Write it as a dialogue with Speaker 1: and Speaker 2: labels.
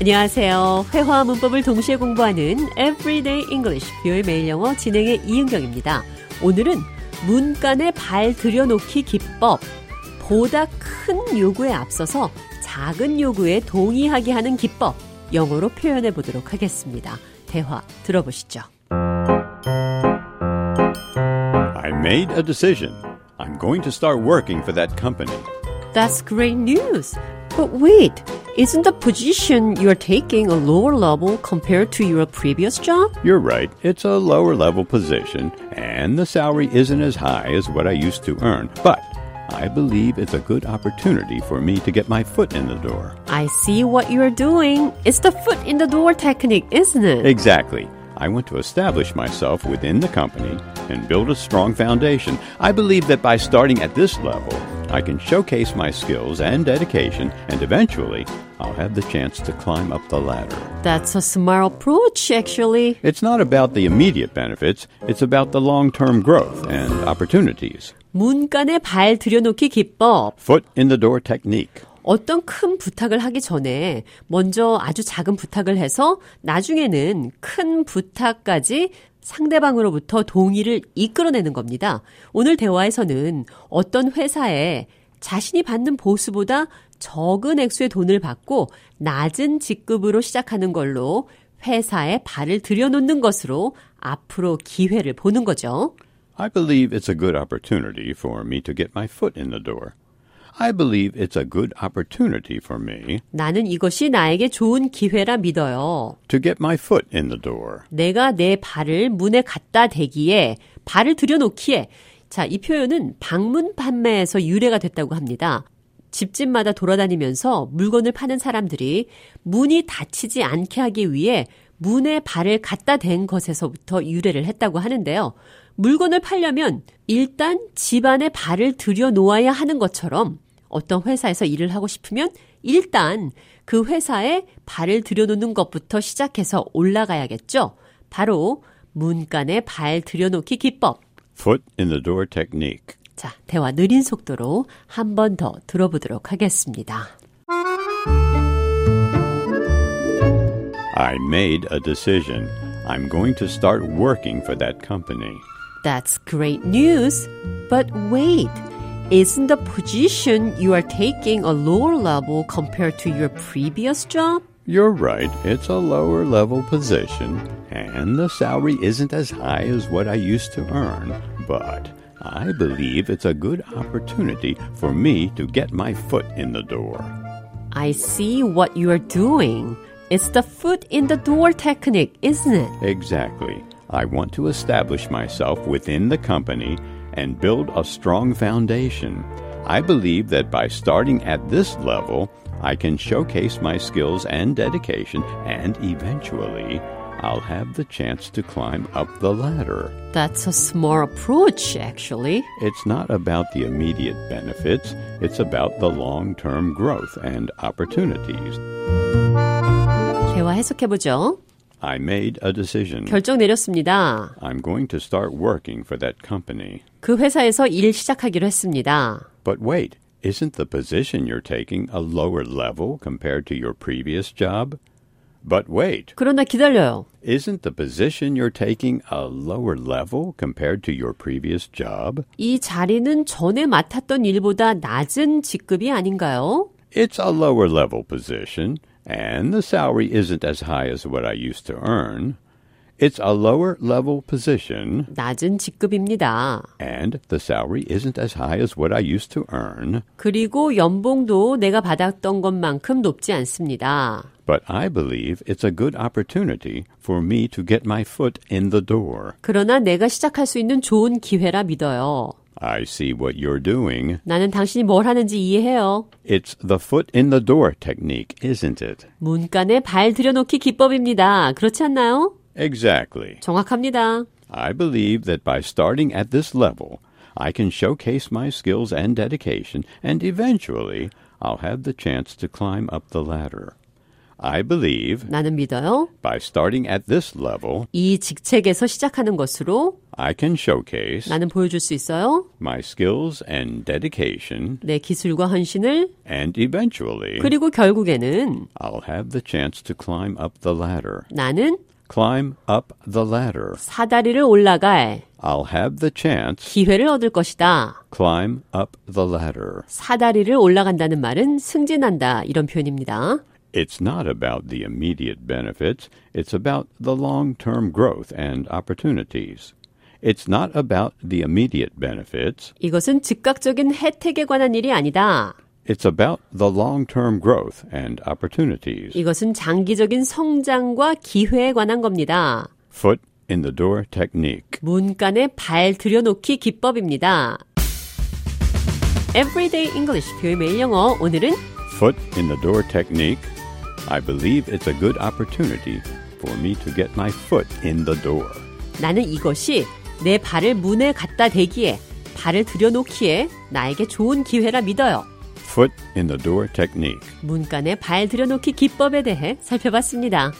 Speaker 1: 안녕하세요. 회화와 문법을 동시에 공부하는 Everyday English 뷰의 매일 영어 진행의 이은경입니다. 오늘은 문간에 발 들여놓기 기법. 보다 큰 요구에 앞서서 작은 요구에 동의하게 하는 기법. 영어로 표현해 보도록 하겠습니다. 대화 들어보시죠.
Speaker 2: I made a decision. I'm going to start working for that company.
Speaker 1: That's great news. But wait, isn't the position you're taking a lower level compared to your previous job?
Speaker 2: You're right, it's a lower level position, and the salary isn't as high as what I used to earn, but I believe it's a good opportunity for me to get my foot in the door.
Speaker 1: I see what you're doing. It's the foot in the door technique, isn't it?
Speaker 2: Exactly. I want to establish myself within the company and build a strong foundation. I believe that by starting at this level, I can showcase my skills and dedication, and eventually, I'll have the chance to climb up the ladder.
Speaker 1: That's a smart approach, actually.
Speaker 2: It's not about the immediate benefits, it's about the long term growth and opportunities.
Speaker 1: 문간에 발 들여놓기 기법.
Speaker 2: Foot in the door technique.
Speaker 1: 어떤 큰 부탁을 하기 전에 먼저 아주 작은 부탁을 해서 나중에는 큰 부탁까지 상대방으로부터 동의를 이끌어내는 겁니다. 오늘 대화에서는 어떤 회사에 자신이 받는 보수보다 적은 액수의 돈을 받고 낮은 직급으로 시작하는 걸로 회사에 발을 들여놓는 것으로 앞으로 기회를 보는 거죠.
Speaker 2: I believe it's a good opportunity for me to get my foot in the door. I believe it's a good opportunity for me
Speaker 1: 나는 이것이 나에게 좋은 기회라 믿어요.
Speaker 2: to get my foot in the door.
Speaker 1: 내가 내 발을 문에 갖다 대기에 발을 들여놓기에 자, 이 표현은 방문 판매에서 유래가 됐다고 합니다. 집집마다 돌아다니면서 물건을 파는 사람들이 문이 닫히지 않게 하기 위해 문에 발을 갖다 댄 것에서부터 유래를 했다고 하는데요. 물건을 팔려면 일단 집안에 발을 들여놓아야 하는 것처럼 어떤 회사에서 일을 하고 싶으면 일단 그 회사에 발을 들여놓는 것부터 시작해서 올라가야겠죠. 바로 문간에 발 들여놓기 기법.
Speaker 2: Foot in the door technique.
Speaker 1: 자, 대화 느린 속도로 한 번 더 들어보도록 하겠습니다.
Speaker 2: I made a decision. I'm going to start working for that company.
Speaker 1: That's great news. But wait, isn't the position you are taking a lower level compared to your previous job?
Speaker 2: You're right, it's a lower level position, and the salary isn't as high as what I used to earn, but I believe it's a good opportunity for me to get my foot in the door.
Speaker 1: I see what you are doing. It's the foot in the door technique, isn't it?
Speaker 2: Exactly. I want to establish myself within the company and build a strong foundation. I believe that by starting at this level, I can showcase my skills and dedication, and eventually, I'll have the chance to climb up the ladder.
Speaker 1: That's a smart approach, actually.
Speaker 2: It's not about the immediate benefits, it's about the long term growth and opportunities.
Speaker 1: 대화 해석해보죠.
Speaker 2: I made a decision.
Speaker 1: 결정 내렸습니다.
Speaker 2: I'm going to start working for that company.
Speaker 1: 그 회사에서 일 시작하기로 했습니다.
Speaker 2: But wait, isn't the position you're taking a lower level compared to your previous job? But wait,
Speaker 1: 그러나 기다려요.
Speaker 2: isn't the position you're taking a lower level compared to your previous job?
Speaker 1: 이 자리는 전에 맡았던 일보다 낮은 직급이 아닌가요?
Speaker 2: It's a lower level position, and the salary isn't as high as what I used to earn. It's a lower level position,
Speaker 1: 낮은 직급입니다.
Speaker 2: and the salary isn't as high as what I used to earn.
Speaker 1: 그리고 연봉도 내가 받았던 것만큼 높지 않습니다.
Speaker 2: But I believe it's a good opportunity for me to get my foot in the door.
Speaker 1: 그러나 내가 시작할 수 있는 좋은 기회라 믿어요.
Speaker 2: I see what you're doing.
Speaker 1: 나는 당신이 뭘 하는지 이해해요.
Speaker 2: It's the foot in the door technique, isn't it?
Speaker 1: 문간에 발 들여놓기 기법입니다. 그렇지 않나요?
Speaker 2: Exactly.
Speaker 1: 정확합니다.
Speaker 2: I believe that by starting at this level, I can showcase my skills and dedication, and eventually, I'll have the chance to climb up the ladder. I believe
Speaker 1: 나는 믿어요.
Speaker 2: by starting at this level,
Speaker 1: 이 직책에서 시작하는 것으로
Speaker 2: I can showcase
Speaker 1: 나는 보여줄 수 있어요.
Speaker 2: my skills and dedication,
Speaker 1: 내 기술과 헌신을
Speaker 2: and eventually,
Speaker 1: 그리고 결국에는
Speaker 2: I'll have the chance to climb up the ladder.
Speaker 1: 나는
Speaker 2: Climb up the ladder.
Speaker 1: 사다리를 올라갈
Speaker 2: I'll have the chance.
Speaker 1: 기회를 얻을 것이다.
Speaker 2: Climb up the ladder.
Speaker 1: 사다리를 올라간다는 말은 승진한다 이런 표현입니다.
Speaker 2: It's not about the immediate benefits, it's about the long term growth and opportunities. It's not about the immediate benefits,
Speaker 1: 이것은 즉각적인 혜택에 관한 일이 아니다.
Speaker 2: it's about the long term growth and opportunities.
Speaker 1: 이것은 장기적인 성장과 기회에 관한 겁니다.
Speaker 2: Foot in the door technique.
Speaker 1: 문간에 발 들여놓기 기법입니다. Everyday English 교의 매일 영어 오늘은
Speaker 2: Foot in the door technique. I believe it's a good opportunity for me to get my foot in the door.
Speaker 1: 나는 이것이 내 발을 문에 갖다 대기에 발을 들여놓기에 나에게 좋은 기회라 믿어요.
Speaker 2: Foot in the door technique.
Speaker 1: 문간에 발 들여놓기 기법에 대해 살펴봤습니다.